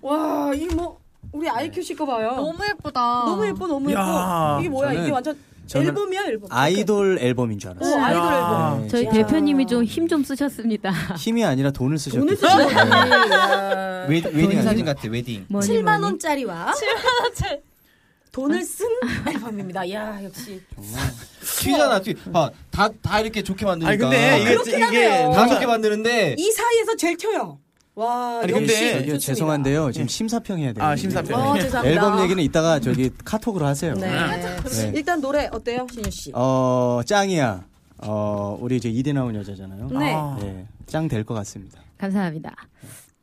Speaker 3: 와, 와, 이 뭐 우리 아이큐 씨거 봐요. 너무,
Speaker 2: 너무 예쁘다.
Speaker 3: 예뻐, 너무
Speaker 7: 야.
Speaker 3: 예뻐. 이게 뭐야? 이게
Speaker 4: 저는-
Speaker 3: 완전
Speaker 4: 저는
Speaker 3: 앨범이야, 앨범. 그러니까.
Speaker 4: 아이돌 앨범인 줄
Speaker 3: 오,
Speaker 4: 알았어요. 네,
Speaker 3: 아이돌
Speaker 7: 야.
Speaker 3: 앨범.
Speaker 11: 저희 대표님이 좀 힘 좀 쓰셨습니다.
Speaker 4: 힘이 아니라 돈을
Speaker 3: 돈을
Speaker 4: 쓰셨겠죠. 네.
Speaker 3: 쓰시는
Speaker 4: 웨딩
Speaker 10: 웨딩 아, 사진 같아 웨딩.
Speaker 11: 뭐니
Speaker 3: 7만
Speaker 11: 뭐니.
Speaker 3: 원짜리와 돈을 쓴 앨범입니다. 야, 역시.
Speaker 10: 튀잖아 튀. 봐다다 이렇게
Speaker 4: 네.
Speaker 10: 좋게 만드니까.
Speaker 7: 아니 근데 이게 이게 뭐,
Speaker 10: 다 좋게 만드는데
Speaker 3: 이 사이에서 제일 튀어요. 와,
Speaker 7: 아니,
Speaker 3: 역시
Speaker 7: 근데-
Speaker 4: 저기요
Speaker 3: 좋습니다. 네.
Speaker 4: 죄송한데요. 지금 심사평해야 돼요.
Speaker 7: 아 심사평.
Speaker 3: 어, 죄송합니다.
Speaker 4: 네. 앨범 얘기는 이따가 저기 카톡으로 하세요.
Speaker 3: 네.
Speaker 4: 네.
Speaker 3: 일단 노래 어때요, 신유 씨?
Speaker 4: 어 짱이야. 어 우리 이제 이대 나온 여자잖아요.
Speaker 3: 네.
Speaker 4: 네. 짱 될 것 같습니다.
Speaker 11: 감사합니다.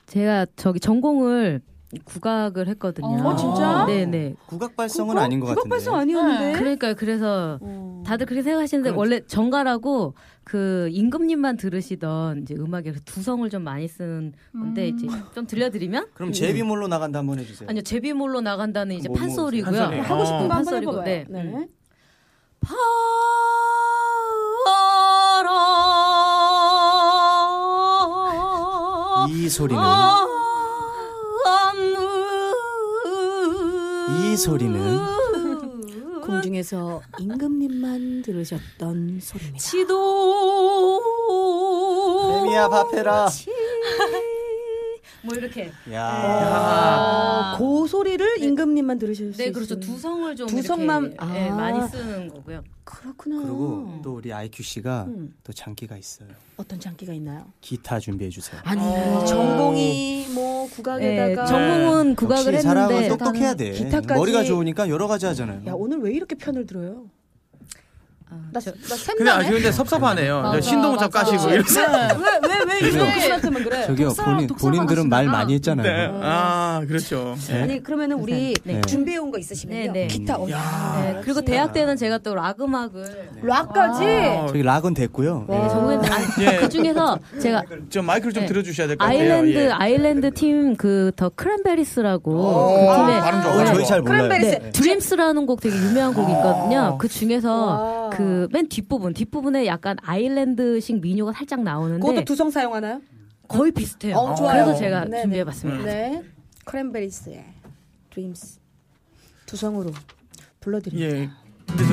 Speaker 11: 제가 저기 전공을 국악을 했거든요.
Speaker 3: 어, 진짜?
Speaker 11: 네네.
Speaker 4: 국악 발성은 아닌 것 같은데.
Speaker 3: 어, 국악발성 아니었는데.
Speaker 11: 그러니까요. 그래서 다들 그렇게 생각하시는데
Speaker 7: 그렇죠.
Speaker 11: 원래 정가라고 그 임금님만 들으시던 이제 음악에 그 두성을 좀 많이 쓰는 건데 이제 좀 들려드리면
Speaker 4: 그럼 제비몰로 나간다 한번 해주세요.
Speaker 11: 아니요 제비몰로 나간다는 이제
Speaker 4: 네. 뭐, 뭐,
Speaker 11: 판소리고요.
Speaker 7: 판소리.
Speaker 3: 네, 하고 싶은 거 한번
Speaker 11: 판소리고,
Speaker 3: 해봐요.
Speaker 11: 네.
Speaker 3: 네.
Speaker 4: 이 소리는 이 소리는
Speaker 3: 그 공중에서 임금님만 들으셨던 소리입니다.
Speaker 4: 세미야 밥해라.
Speaker 11: 뭐 이렇게.
Speaker 4: 야.
Speaker 3: 아, 그 소리를 임금님만 들으실 수
Speaker 11: 네 그렇죠.
Speaker 3: 있어요.
Speaker 11: 두성을 좀
Speaker 3: 두성만-
Speaker 11: 이렇게, 예,
Speaker 3: 아.
Speaker 11: 많이 쓰는 거고요.
Speaker 3: 그렇구나.
Speaker 4: 그리고 또 우리 IQ 씨가 또 장기가 있어요.
Speaker 3: 어떤 장기가 있나요?
Speaker 4: 기타 준비해 주세요.
Speaker 3: 아니
Speaker 7: 어.
Speaker 4: 어.
Speaker 3: 전공이 뭐 국악에다가
Speaker 11: 예, 전공은
Speaker 4: 역시
Speaker 11: 국악을
Speaker 4: 사람은
Speaker 11: 했는데
Speaker 4: 똑똑해야 돼.
Speaker 3: 기타까지-
Speaker 4: 머리가 좋으니까 여러 가지 하잖아요.
Speaker 3: 야 오늘 왜 이렇게 편을 들어요?
Speaker 11: 아, 저-
Speaker 2: 나샘
Speaker 7: 근데 아 근데 섭섭하네요.
Speaker 2: 맞아,
Speaker 7: 신동훈 잡
Speaker 2: 맞아.
Speaker 7: 까시고 이러면서.
Speaker 3: 왜왜왜 이런
Speaker 4: 그죠?
Speaker 3: 분한테만 그래?
Speaker 4: 저기요
Speaker 2: 독사랑
Speaker 4: 본인
Speaker 2: 독사만
Speaker 4: 본인들은 말
Speaker 2: 하시다가.
Speaker 4: 많이
Speaker 7: 네.
Speaker 4: 했잖아요.
Speaker 7: 아 그렇죠.
Speaker 3: 아니 그러면은 우리
Speaker 4: 네.
Speaker 3: 준비해 온 거 있으시면요.
Speaker 11: 네, 네.
Speaker 3: 기타 어,
Speaker 11: 네,
Speaker 3: 야.
Speaker 11: 그리고 대학 때는 제가 또 락 음악을
Speaker 3: 네. 락까지
Speaker 4: 저기 락은 됐고요. 예.
Speaker 11: 전공했는데
Speaker 3: 아.
Speaker 7: 예.
Speaker 11: 그 중에서 제가
Speaker 7: 좀 마이크를 좀
Speaker 11: 네.
Speaker 7: 들어주셔야 될 것 같아요.
Speaker 11: 아일랜드
Speaker 7: 예.
Speaker 11: 아일랜드 팀 그 더 크랜베리스라고
Speaker 7: 오,
Speaker 11: 그 팀의
Speaker 7: 발음 좋아.
Speaker 4: 어, 저희 잘 몰라요.
Speaker 3: 크랜베리스
Speaker 11: 네, 드림스라는 곡 되게 유명한 곡이
Speaker 7: 아.
Speaker 11: 있거든요. 그
Speaker 3: 와.
Speaker 11: 중에서 그 맨 뒷부분 뒷부분에 약간 아일랜드식 민요가 살짝
Speaker 3: 그것도
Speaker 11: 나오는데
Speaker 3: 두성 사용하나요?
Speaker 11: 거의 비슷해요.
Speaker 3: 네. 어, 좋아요.
Speaker 11: 그래서 제가
Speaker 3: 네네.
Speaker 11: 준비해봤습니다.
Speaker 3: 네. 크랜베리스의 드림스 두성으로 불러드립니다.
Speaker 7: 예. 근데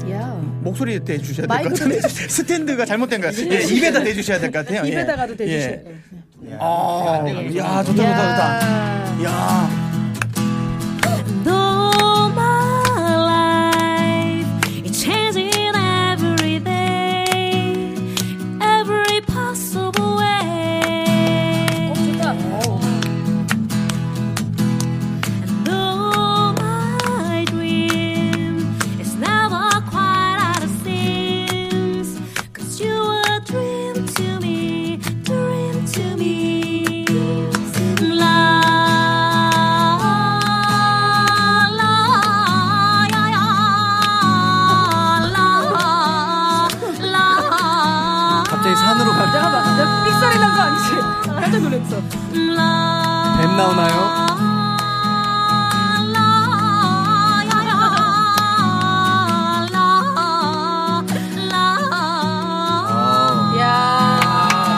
Speaker 7: 저
Speaker 4: 예.
Speaker 3: 야.
Speaker 7: 목소리 대 주셔야 될 것
Speaker 3: 마이크
Speaker 7: 같은데 스탠드가 잘못된 것 같아요. 예, 입에다 대 주셔야 될 것 같아요. 예.
Speaker 3: 입에다가도 대주셔야
Speaker 7: 예.
Speaker 3: 돼요.
Speaker 7: 아, 야 좋다 좋다 좋다. 야,
Speaker 11: Though my life is changing every day, every possible way. And though my dream is never quite out of seams, 'cause you were a dream to me, dream to me. La, la, ya, ya, la, la.
Speaker 4: 갑자기
Speaker 3: 아,
Speaker 4: 산으로 가.
Speaker 3: 잠깐만, 나 삑사리 난 거 아니지? 깜짝 놀랐어.
Speaker 4: 뱀 나오나요?
Speaker 3: 아, 야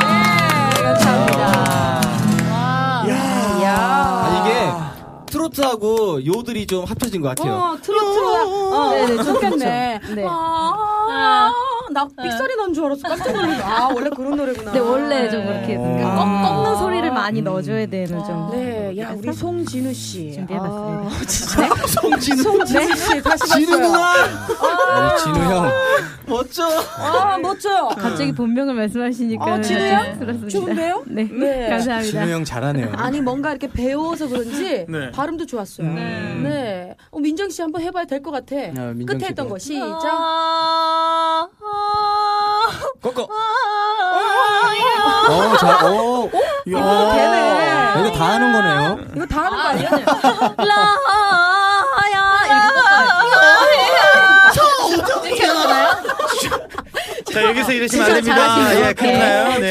Speaker 3: 네, 감사합니다.
Speaker 4: 아.
Speaker 3: 야.
Speaker 10: 아, 이게 트로트하고 요들이 좀 합쳐진 것 같아요.
Speaker 3: 어, 트로트가. 어, 네네, 좋겠네.
Speaker 11: 네.
Speaker 3: 아, 나 삑사리 난 줄 알았어. 깜짝 놀랐어. 아, 원래 그런 노래구나.
Speaker 11: 근데 그렇죠. 네, 원래 좀 그렇게 꺾- 꺾는 소리를 많이 아, 넣어줘야 되는 좀.
Speaker 3: 네, 야, 우리 송진우 씨.
Speaker 11: 준비해봤습니다. 네?
Speaker 3: 아, 진짜? 송진우 송진우 씨, 다시 봤어요.
Speaker 10: 진우 누나
Speaker 4: 우리 진우 형.
Speaker 10: 멋져.
Speaker 3: 아, 멋져요.
Speaker 11: 갑자기 본명을 말씀하시니까
Speaker 3: 어, 진우야?
Speaker 11: 씁쓸했습니다.
Speaker 3: 좋은데요?
Speaker 11: 네,
Speaker 3: 네.
Speaker 11: 감사합니다.
Speaker 4: 진우 형 잘하네요.
Speaker 3: 아니 뭔가 이렇게 배워서 그런지
Speaker 7: 네.
Speaker 3: 발음도 좋았어요. 네. 어, 민정 씨 한번 해봐야 될 것 같아.
Speaker 4: 아, 민정
Speaker 3: 끝에
Speaker 4: 씨도.
Speaker 3: 했던 거
Speaker 11: 아,
Speaker 3: 시작.
Speaker 10: 꺾어.
Speaker 4: 어, 잘, 오,
Speaker 3: 아. 이거 되네.
Speaker 4: 이거 다 하는 거네요.
Speaker 3: 이거 다 하는 거 아니야?
Speaker 11: 라야 이렇게 꺾어요.
Speaker 7: 자 여기서 이러시면 안
Speaker 11: 진짜 잘하시네요.
Speaker 7: 됩니다. 예, 큰일나요. 네.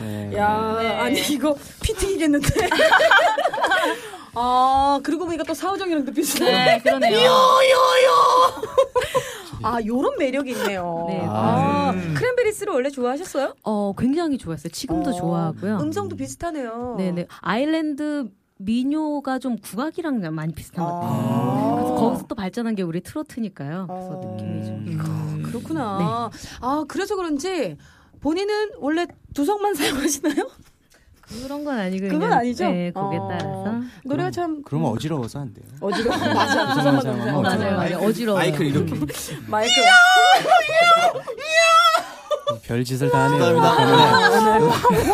Speaker 4: 네.
Speaker 3: 야, 아니 이거 피 튀기겠는데. 아, 그리고 보니까 또 사우정이랑도 비슷해.
Speaker 11: 네, 그러네요.
Speaker 3: 요요요. 아, 요런 매력이 있네요.
Speaker 11: 네.
Speaker 3: 아,
Speaker 7: 음.
Speaker 3: 크랜베리스를 원래 좋아하셨어요?
Speaker 11: 어, 굉장히 좋아했어요. 지금도
Speaker 3: 어,
Speaker 11: 좋아하고요.
Speaker 3: 음성도 비슷하네요.
Speaker 11: 네네. 아일랜드 민요가 좀 국악이랑 많이 비슷한 것 같아요. 그래서 거기서 또 발전한 게 우리 트로트니까요. 그래서
Speaker 3: 어.
Speaker 11: 느낌이 좀.
Speaker 3: 그렇구나. 아, 그래서 그런지 본인은 원래 두성만 사용하시나요?
Speaker 11: 그런 건 아니고.
Speaker 3: 그건
Speaker 11: 그냥,
Speaker 3: 아니죠?
Speaker 11: 네, 곡에
Speaker 3: 어.
Speaker 11: 따라서.
Speaker 3: 노래가
Speaker 4: 음.
Speaker 3: 참
Speaker 4: 네. 그러면 어지러워서 안 돼요. 네.
Speaker 3: 어지러워.
Speaker 4: 죄송한
Speaker 3: 맞아.
Speaker 4: 사람은
Speaker 3: 두성만 사용하고.
Speaker 11: 어, 맞아요, 맞아요. 음. 어지러워.
Speaker 10: 아이클 이렇게.
Speaker 3: 마이크.
Speaker 4: 별 짓을 다 하네요.
Speaker 3: 아,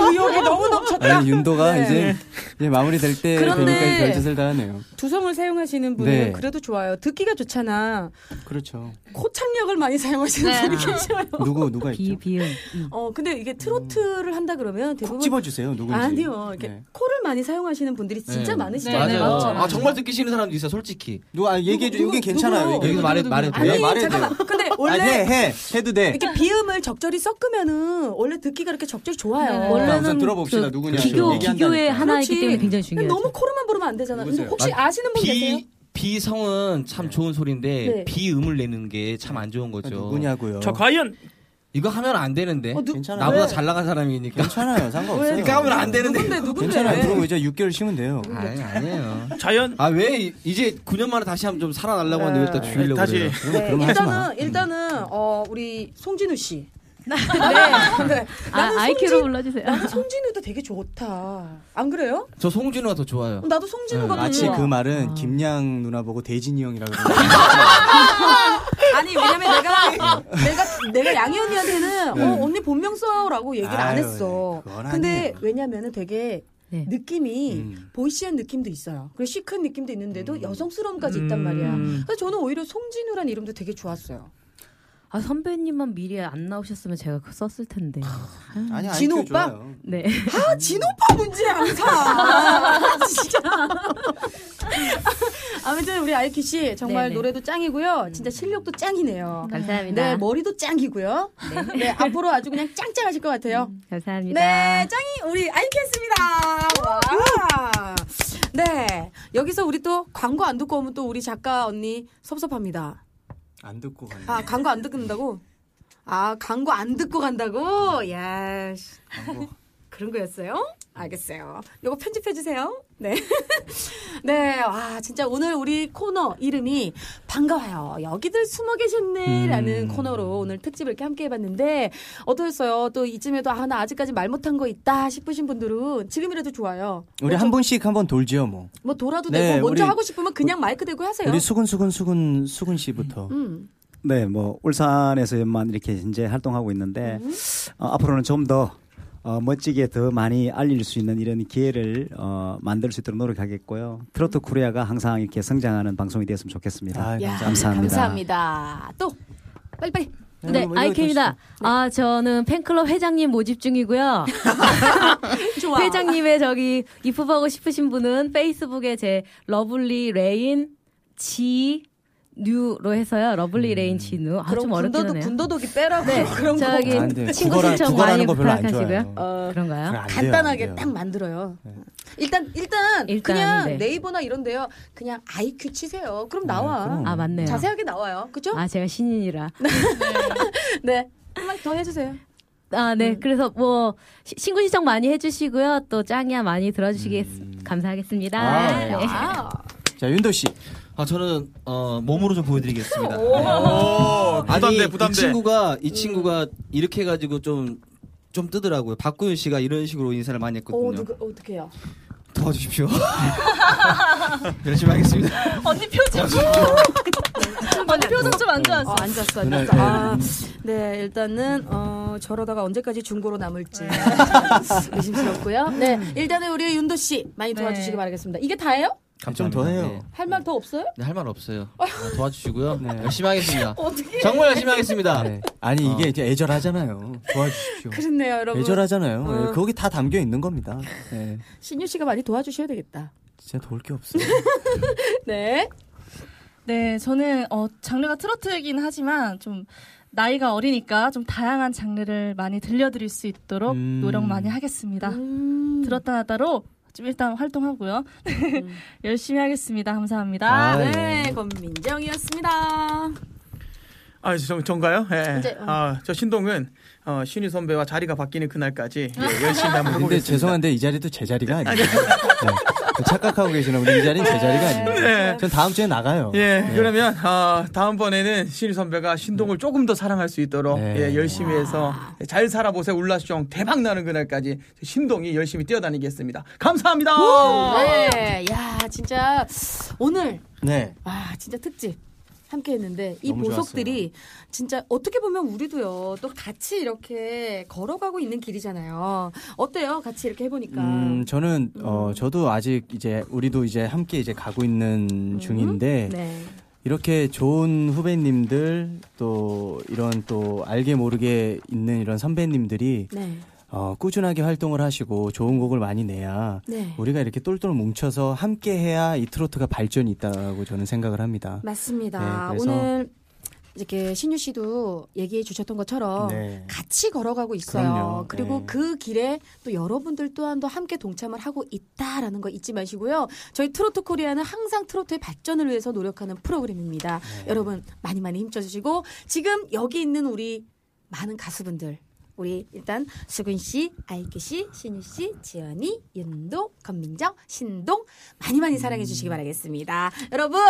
Speaker 3: 의욕이 너무 넘쳤다.
Speaker 4: 아니 윤도가 이제, 이제 마무리될 때
Speaker 3: 네. 그런데-
Speaker 4: 되니까 별 짓을 다 하네요.
Speaker 3: 두성을 사용하시는 분은
Speaker 4: 네.
Speaker 3: 그래도 좋아요. 듣기가 좋잖아.
Speaker 4: 그렇죠.
Speaker 3: 코창력을 많이 사용하시는
Speaker 11: 네.
Speaker 3: 분이 계셔요.
Speaker 4: 누구 누가
Speaker 11: 비,
Speaker 4: 있죠?
Speaker 11: 비음. 음.
Speaker 3: 어, 근데 이게 트로트를 한다 그러면
Speaker 4: 콕
Speaker 3: 대부분
Speaker 4: 집어주세요. 누군지.
Speaker 3: 아니요. 이렇게
Speaker 4: 네.
Speaker 3: 코를 많이 사용하시는 분들이 진짜
Speaker 10: 네.
Speaker 3: 많으시잖아요.
Speaker 10: 맞아요.
Speaker 11: 맞죠,
Speaker 10: 아,
Speaker 11: 맞죠.
Speaker 10: 정말 듣기 싫은 사람도 있어, 솔직히.
Speaker 4: 누가 아, 얘기해 줘.
Speaker 3: 누구-
Speaker 4: 여기 괜찮아요.
Speaker 3: 누구요?
Speaker 4: 얘기해
Speaker 10: 여기
Speaker 4: 줘.
Speaker 10: 말해, 말해도
Speaker 4: 아니,
Speaker 10: 돼요?
Speaker 3: 아니,
Speaker 4: 말해도
Speaker 3: 잠깐만. 근데
Speaker 4: 아니, 해,
Speaker 3: 원래
Speaker 4: 해. 해도 돼.
Speaker 3: 이렇게 비음을 적절히 섞으면은 원래 듣기가 이렇게 적절히 좋아요.
Speaker 11: 네.
Speaker 4: 자,
Speaker 11: 원래는
Speaker 4: 우선
Speaker 3: 그
Speaker 4: 들어봅시다.
Speaker 11: 저
Speaker 4: 누구냐.
Speaker 11: 기교,
Speaker 4: 얘기한다니까.
Speaker 11: 기교의
Speaker 3: 그렇지.
Speaker 11: 하나이기 때문에 굉장히 중요해요.
Speaker 3: 너무 코로만 부르면 안 되잖아. 근데
Speaker 4: 누구세요?
Speaker 3: 혹시
Speaker 10: 아,
Speaker 3: 아시는 분 계세요?
Speaker 10: 비, 비성은 참 좋은 소리인데,
Speaker 3: 네.
Speaker 10: 비음을 내는 게 참 안 좋은 거죠.
Speaker 4: 아, 누구냐고요.
Speaker 7: 저 과연
Speaker 10: 이거 하면 안 되는데.
Speaker 3: 어, 누-
Speaker 4: 괜찮아요.
Speaker 10: 나보다
Speaker 4: 네.
Speaker 10: 잘 나간 사람이니까.
Speaker 4: 괜찮아요. 상관없어요.
Speaker 10: 이렇게 하면 안 되는데.
Speaker 3: 누군데 누군데?
Speaker 4: 괜찮아요. 그러고 이제 6개월 쉬면 돼요.
Speaker 10: 아니, 아니에요.
Speaker 7: 자연
Speaker 10: 아, 왜, 이제 9년 만에 다시 한번 좀 살아나려고 하는데 왜 또
Speaker 4: 네.
Speaker 10: 죽이려고
Speaker 7: 다시.
Speaker 10: 그래요?
Speaker 4: 그러면
Speaker 3: 네,
Speaker 4: 그런 거 하지 마. 음.
Speaker 3: 일단은 일단은 어 우리 송진우 씨. 네.
Speaker 11: 아,
Speaker 3: 나는
Speaker 11: 아이큐로
Speaker 3: 송진-
Speaker 11: 불러주세요.
Speaker 3: 나는 송진우도 되게 좋다. 안 그래요?
Speaker 10: 저 송준호가 더 좋아요.
Speaker 3: 나도 송진우가 더
Speaker 4: 마치
Speaker 3: 좋아.
Speaker 4: 그 말은 김양 누나 보고 대진이 형이라고 그러는
Speaker 3: 아니 왜냐면 내가 내가 내가 양희 언니한테는 어, 언니 본명 써요라고 얘기를 안
Speaker 4: 네. 아유,
Speaker 3: 했어.
Speaker 4: 그건 아니에요.
Speaker 3: 근데 왜냐면은 되게
Speaker 11: 네.
Speaker 3: 느낌이
Speaker 4: 음.
Speaker 3: 보이시한 느낌도 있어요. 그리고 시크한 느낌도 있는데도 여성스러움까지
Speaker 4: 음.
Speaker 3: 있단 말이야. 그래서 저는 오히려 송진우란 이름도 되게 좋았어요.
Speaker 11: 아, 선배님만 미리 안 나오셨으면 제가 그거 썼을 텐데.
Speaker 4: 아니,
Speaker 3: 진우
Speaker 4: IQ
Speaker 3: 오빠?
Speaker 4: 좋아요.
Speaker 11: 네.
Speaker 3: 아 진호 오빠 문제야 항상. 진짜. 아무튼 우리 아이키 씨 정말
Speaker 11: 네네.
Speaker 3: 노래도 짱이고요. 진짜 실력도 짱이네요.
Speaker 11: 감사합니다.
Speaker 3: 네 머리도 짱이고요. 네. 앞으로 아주 그냥 짱짱하실 것 같아요.
Speaker 11: 감사합니다.
Speaker 3: 네, 짱이 우리 아이키했습니다. 와. 네, 여기서 우리 또 광고 안 듣고 오면 또 우리 작가 언니 섭섭합니다.
Speaker 4: 안 듣고 가네.
Speaker 3: 아, 광고 안 듣는다고? 아, 광고 안 듣고 간다고? 야, 씨.
Speaker 4: 광고.
Speaker 3: 그런 거였어요? 알겠어요. 요거 편집해 주세요. 네. 네, 와, 진짜 오늘 우리 코너 이름이 반가워요. 여기들 숨어 계셨네.
Speaker 4: 음.
Speaker 3: 라는 코너로 오늘 특집을 이렇게 함께 해봤는데, 어떠셨어요? 또 이쯤에도 아, 나 아직까지 말 못한 거 있다 싶으신 분들은 지금이라도 좋아요.
Speaker 4: 우리 한 분씩 한번 돌지요, 뭐.
Speaker 3: 뭐 돌아도
Speaker 4: 네,
Speaker 3: 되고, 먼저
Speaker 4: 우리-
Speaker 3: 하고 싶으면 그냥 마이크 대고 하세요.
Speaker 4: 우리 수근 수근 수근 수근 씨부터.
Speaker 3: 음.
Speaker 6: 네, 뭐 울산에서만 이렇게 이제 활동하고 있는데 어, 앞으로는 좀 더 어, 멋지게 더 많이 알릴 수 있는 이런 기회를 어, 만들 수 있도록 노력하겠고요. 트로트 코리아가 항상 이렇게 성장하는 방송이 되었으면 좋겠습니다.
Speaker 4: 아,
Speaker 3: 야,
Speaker 6: 네, 감사합니다.
Speaker 3: 감사합니다. 또, 빨리빨리.
Speaker 4: 음,
Speaker 11: 네,
Speaker 4: 뭐
Speaker 3: 뭐
Speaker 11: 아이케입니다. 아, 저는 팬클럽 회장님 모집 중이고요.
Speaker 3: 좋아.
Speaker 11: 회장님의 저기 입후하고 싶으신 분은 페이스북에 제 러블리 레인 지 뉴로 해서요. 러블리 레인 지누. 아, 좀 어렵긴
Speaker 3: 음. 군더도,
Speaker 11: 하네요.
Speaker 3: 군더더기 빼라고. 그런 거.
Speaker 11: 저기
Speaker 4: 안 돼요.
Speaker 11: 친구
Speaker 4: 국어라-
Speaker 11: 신청
Speaker 4: 국어라는
Speaker 11: 많이
Speaker 4: 거 별로 안
Speaker 11: 부탁하시고요.
Speaker 4: 좋아해요.
Speaker 3: 어,
Speaker 4: 그래,
Speaker 11: 그런가요?
Speaker 4: 안 돼요, 안
Speaker 3: 간단하게
Speaker 4: 돼요. 네.
Speaker 3: 딱 만들어요. 일단 일단,
Speaker 11: 일단,
Speaker 3: 그냥
Speaker 11: 네.
Speaker 3: 네. 이버나 이런데요. 그냥 IQ 치세요. 그럼 나와.
Speaker 4: 그럼.
Speaker 11: 아, 맞네요.
Speaker 3: 자세하게 나와요. 그죠?
Speaker 11: 아, 제가 신인이라.
Speaker 3: 네. 한 번 더 해주세요.
Speaker 11: 아, 네.
Speaker 3: 음.
Speaker 11: 그래서 뭐 시- 신구 신청 많이 해주시고요. 또 짱이야 많이 들어주시겠 감사하겠습니다.
Speaker 4: 아,
Speaker 11: 네.
Speaker 3: 음. 아,
Speaker 4: 자, 윤도 씨.
Speaker 10: 아, 저는, 어, 몸으로 좀 보여드리겠습니다.
Speaker 7: 오 부담돼
Speaker 10: 이
Speaker 7: 부담돼.
Speaker 10: 친구가
Speaker 4: 음.
Speaker 10: 이 친구가 이렇게 해가지고 좀. 좀 뜨더라고요. 박구윤 씨가 이런 식으로 인사를 많이 했거든요.
Speaker 3: 어, 누구, 어떡해요?
Speaker 10: 도와주십시오. 열심히
Speaker 4: 아,
Speaker 10: 하겠습니다.
Speaker 2: 언니 표정. 언니 표정 좀 안 좋았어.
Speaker 3: 어, 앉았어,
Speaker 4: 아, 그날-
Speaker 3: 앉았어. 아, 네, 일단은, 어, 저러다가 언제까지 중고로 남을지
Speaker 4: 네.
Speaker 3: 의심스럽고요. 네, 일단은 우리 윤도씨 많이 도와주시기
Speaker 2: 네.
Speaker 3: 바라겠습니다. 이게 다예요?
Speaker 4: 좀더 해요.
Speaker 10: 네.
Speaker 3: 할 말 더 없어요?
Speaker 10: 네, 할말 없어요. 아, 도와주시고요.
Speaker 3: 네.
Speaker 10: 열심히 하겠습니다. 정말 열심히 하겠습니다.
Speaker 4: 네. 아니, 이게 이제 애절하잖아요. 도와주십시오.
Speaker 3: 그렇네요, 여러분.
Speaker 4: 애절하잖아요. 예, 거기 다 담겨 있는 겁니다. 예.
Speaker 3: 신유씨가 많이 도와주셔야 되겠다.
Speaker 4: 진짜 도울 게 없어요.
Speaker 3: 네.
Speaker 2: 네, 저는 어, 장르가 트로트이긴 하지만 좀 나이가 어리니까 좀 다양한 장르를 많이 들려드릴 수 있도록
Speaker 4: 음.
Speaker 2: 노력 많이 하겠습니다.
Speaker 3: 음.
Speaker 2: 들었다 놨다로 좀 일단 활동하고요.
Speaker 11: 음.
Speaker 2: 열심히 하겠습니다. 감사합니다.
Speaker 4: 아, 예.
Speaker 3: 네, 권민정이었습니다.
Speaker 7: 아, 저, 전가요? 예.
Speaker 3: 이제, 어.
Speaker 7: 아, 저 신동은 어, 신유 선배와 자리가 바뀌는 그날까지
Speaker 3: 아.
Speaker 7: 예, 열심히 한번 해보겠습니다.
Speaker 4: 근데 죄송한데 이 자리도 제 자리가 아니에요. 네. 착각하고 계시나 보네. 이 자리는 제 자리가 아니에요. 전 다음 주에 나가요.
Speaker 7: 예, 그러면 아, 다음번에는 신유 선배가 신동을 조금 더 사랑할 수 있도록
Speaker 4: 네.
Speaker 7: 예, 열심히 해서 잘 살아보세요 울라숑 대박 나는 그날까지 신동이 열심히 뛰어다니겠습니다. 감사합니다.
Speaker 4: 어.
Speaker 3: 네, 야 진짜 오늘
Speaker 4: 네.
Speaker 3: 아 진짜 특집 함께 했는데 이
Speaker 4: 너무
Speaker 3: 보석들이 진짜 어떻게 보면 우리도요 또 같이 이렇게 걸어가고 있는 길이잖아요. 어때요? 같이 이렇게 해보니까.
Speaker 4: 음, 저는 어, 저도 아직 이제 우리도 이제 함께 이제 가고 있는 중인데
Speaker 3: 네.
Speaker 4: 이렇게 좋은 후배님들 또 이런 또 알게 모르게 있는 이런 선배님들이
Speaker 3: 네.
Speaker 4: 어, 꾸준하게 활동을 하시고 좋은 곡을 많이 내야
Speaker 3: 네.
Speaker 4: 우리가 이렇게 똘똘 뭉쳐서 함께 해야 이 트로트가 발전이 있다고 저는 생각을 합니다.
Speaker 3: 맞습니다.
Speaker 4: 네, 그래서-
Speaker 3: 오늘 이렇게 신유 씨도 얘기해 주셨던 것처럼
Speaker 4: 네.
Speaker 3: 같이 걸어가고 있어요.
Speaker 4: 그럼요.
Speaker 3: 그리고
Speaker 4: 네.
Speaker 3: 그 길에 또 여러분들 또한 도 함께 동참을 하고 있다라는 거 잊지 마시고요. 저희 트로트 코리아는 항상 트로트의 발전을 위해서 노력하는 프로그램입니다.
Speaker 4: 네.
Speaker 3: 여러분 많이 많이 힘줘 주시고 지금 여기 있는 우리 많은 가수분들 우리 일단 수근 씨, 아이키 씨, 신유 씨, 지연이, 윤동, 건민정, 신동 많이 많이
Speaker 4: 음.
Speaker 3: 사랑해 주시기 바라겠습니다. 여러분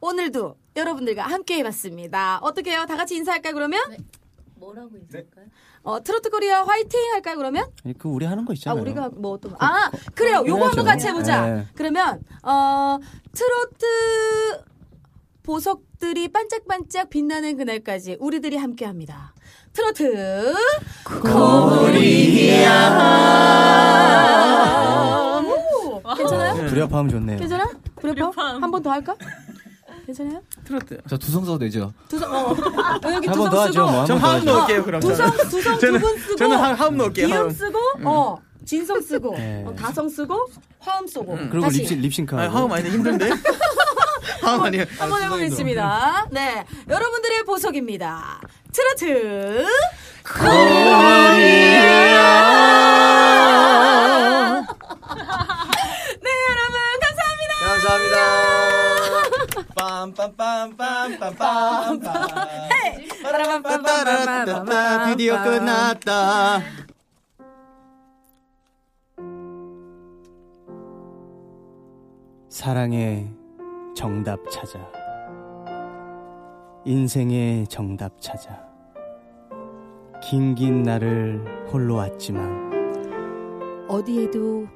Speaker 3: 오늘도 여러분들과 함께 해봤습니다. 어떻게요? 다 같이 인사할까요? 그러면
Speaker 11: 뭐라고 있을까요?
Speaker 3: 어, 트로트 코리아 화이팅 할까요? 그러면
Speaker 4: 아니, 그 우리 하는 거
Speaker 3: 아
Speaker 4: 있잖아요.
Speaker 3: 우리가 뭐 또 아 그래요. 요거 한번 같이 해보자.
Speaker 4: 네.
Speaker 3: 그러면 어 트로트 보석들이 반짝반짝 빛나는 그날까지 우리들이 함께합니다. 트로트 코리아 괜찮아요?
Speaker 4: 어, 불협화음 좋네요.
Speaker 3: 괜찮아? 불협화 한번 더 할까? 괜찮아요?
Speaker 7: 트로트.
Speaker 10: 자 두성 써도 되죠.
Speaker 3: 두성 어. 어, 여기
Speaker 4: 한 번
Speaker 3: 두성
Speaker 4: 더 하죠.
Speaker 3: 쓰고
Speaker 4: 뭐 한번
Speaker 7: 전
Speaker 4: 더
Speaker 7: 화음
Speaker 4: 하죠.
Speaker 7: 넣을게요. 그럼
Speaker 3: 두성
Speaker 7: 저는.
Speaker 3: 두성
Speaker 7: 저는
Speaker 3: 두 분 쓰고
Speaker 7: 저는 하- 화음
Speaker 4: 예.
Speaker 7: 넣을게요.
Speaker 3: 기음
Speaker 7: 화음.
Speaker 3: 쓰고 어 진성 쓰고
Speaker 4: 네.
Speaker 3: 어, 다성 쓰고 화음 쓰고
Speaker 4: 그리고
Speaker 3: 다시
Speaker 4: 립싱 립싱크.
Speaker 7: 아, 화음 아닌데 힘든데. 화음 아니에요.
Speaker 3: 한번 해보겠습니다. 네 여러분들의 보석입니다. 트로트 코리아 네 여러분 감사합니다.
Speaker 10: 감사합니다. 빰빰빰빰빰빰빰.
Speaker 11: 빠라밤빰빰빰빰빰.
Speaker 10: 드디어 끝났다.
Speaker 4: 사랑의 정답 찾아. 인생의 정답 찾아. 긴긴 나를 홀로 왔지만
Speaker 3: 어디에도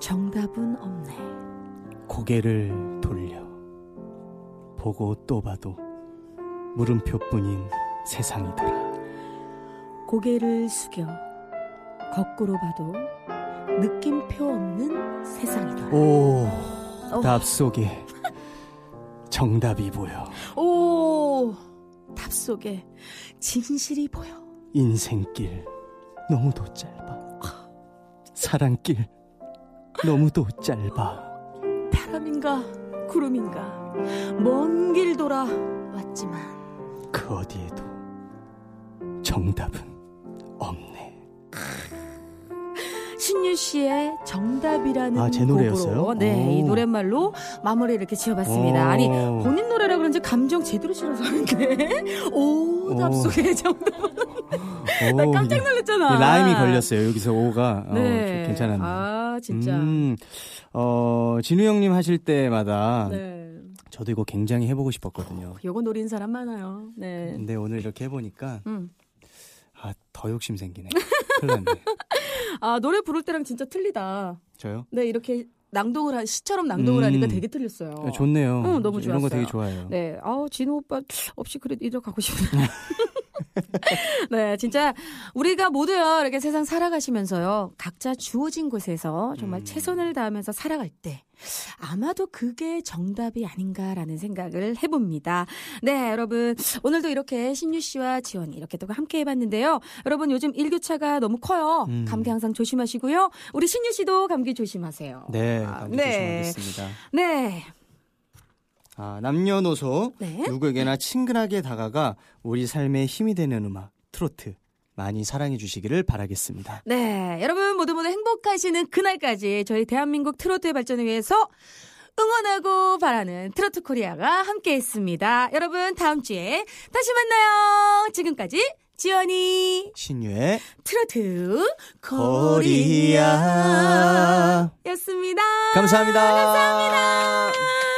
Speaker 3: 정답은 없네.
Speaker 4: 고개를 돌려. 보고 또 봐도 물음표뿐인 세상이더라.
Speaker 3: 고개를 숙여 거꾸로 봐도 느낌표 없는 세상이다.
Speaker 4: 오,
Speaker 3: 어.
Speaker 4: 답 속에 정답이 보여.
Speaker 3: 오, 답 속에 진실이 보여.
Speaker 4: 인생길 너무도 짧아. 사랑길 너무도 짧아.
Speaker 3: 바람인가 구름인가 먼 길 돌아왔지만
Speaker 4: 그 어디에도 정답은 없네.
Speaker 3: 신유 씨의 정답이라는
Speaker 4: 아, 제 노래였어요?
Speaker 3: 곡으로 네,
Speaker 4: 오.
Speaker 3: 이 노랫말로 마무리 이렇게 지어봤습니다.
Speaker 4: 오.
Speaker 3: 아니 본인 노래라 그런지 감정 제대로 실어서 하는데 오, 답
Speaker 4: 오.
Speaker 3: 속에 정답.
Speaker 4: 오,
Speaker 3: 나 깜짝
Speaker 4: 이게-
Speaker 3: 놀랐잖아.
Speaker 4: 라임이 걸렸어요. 여기서 오가 어, 좀 괜찮았네.
Speaker 3: 아, 진짜.
Speaker 4: 음, 어, 진우 형님 하실 때마다
Speaker 3: 네.
Speaker 4: 저도 이거 굉장히 해보고 싶었거든요.
Speaker 3: 요거 노린 사람 많아요. 네.
Speaker 4: 근데 오늘 이렇게 해보니까
Speaker 3: 음.
Speaker 4: 아, 더 욕심 생기네. 큰일 났네.
Speaker 3: 아, 노래 부를 때랑 진짜 틀리다.
Speaker 4: 저요?
Speaker 3: 네, 이렇게 낭독을 하, 시처럼 낭독을
Speaker 4: 음.
Speaker 3: 하니까 되게 틀렸어요.
Speaker 4: 좋네요.
Speaker 3: 응, 너무
Speaker 4: 이런 거
Speaker 3: 좋았어요.
Speaker 4: 되게 좋아해요.
Speaker 3: 네, 아우 진호 오빠 없이 그래도 이러 가고 싶네요. 네, 진짜 우리가 모두요 이렇게 세상 살아가시면서요 각자 주어진 곳에서 정말 최선을 다하면서 살아갈 때 아마도 그게 정답이 아닌가라는 생각을 해봅니다. 네, 여러분 오늘도 이렇게 신유 씨와 지원이 이렇게 또 함께 해봤는데요. 여러분 요즘 일교차가 너무 커요.
Speaker 4: 음.
Speaker 3: 감기 항상 조심하시고요. 우리 신유 씨도 감기 조심하세요.
Speaker 4: 네, 감기
Speaker 3: 네.
Speaker 4: 조심하겠습니다.
Speaker 3: 네.
Speaker 4: 아, 남녀노소
Speaker 3: 네.
Speaker 4: 누구에게나 친근하게 다가가 우리 삶의 힘이 되는 음악 트로트 많이 사랑해 주시기를 바라겠습니다.
Speaker 3: 네, 여러분 모두 모두 행복하시는 그날까지 저희 대한민국 트로트의 발전을 위해서 응원하고 바라는 트로트 코리아가 함께 했습니다. 여러분 다음 주에 다시 만나요. 지금까지 지연이
Speaker 4: 신유의
Speaker 3: 트로트
Speaker 4: 코리아.
Speaker 3: 코리아였습니다.
Speaker 4: 감사합니다.
Speaker 3: 감사합니다.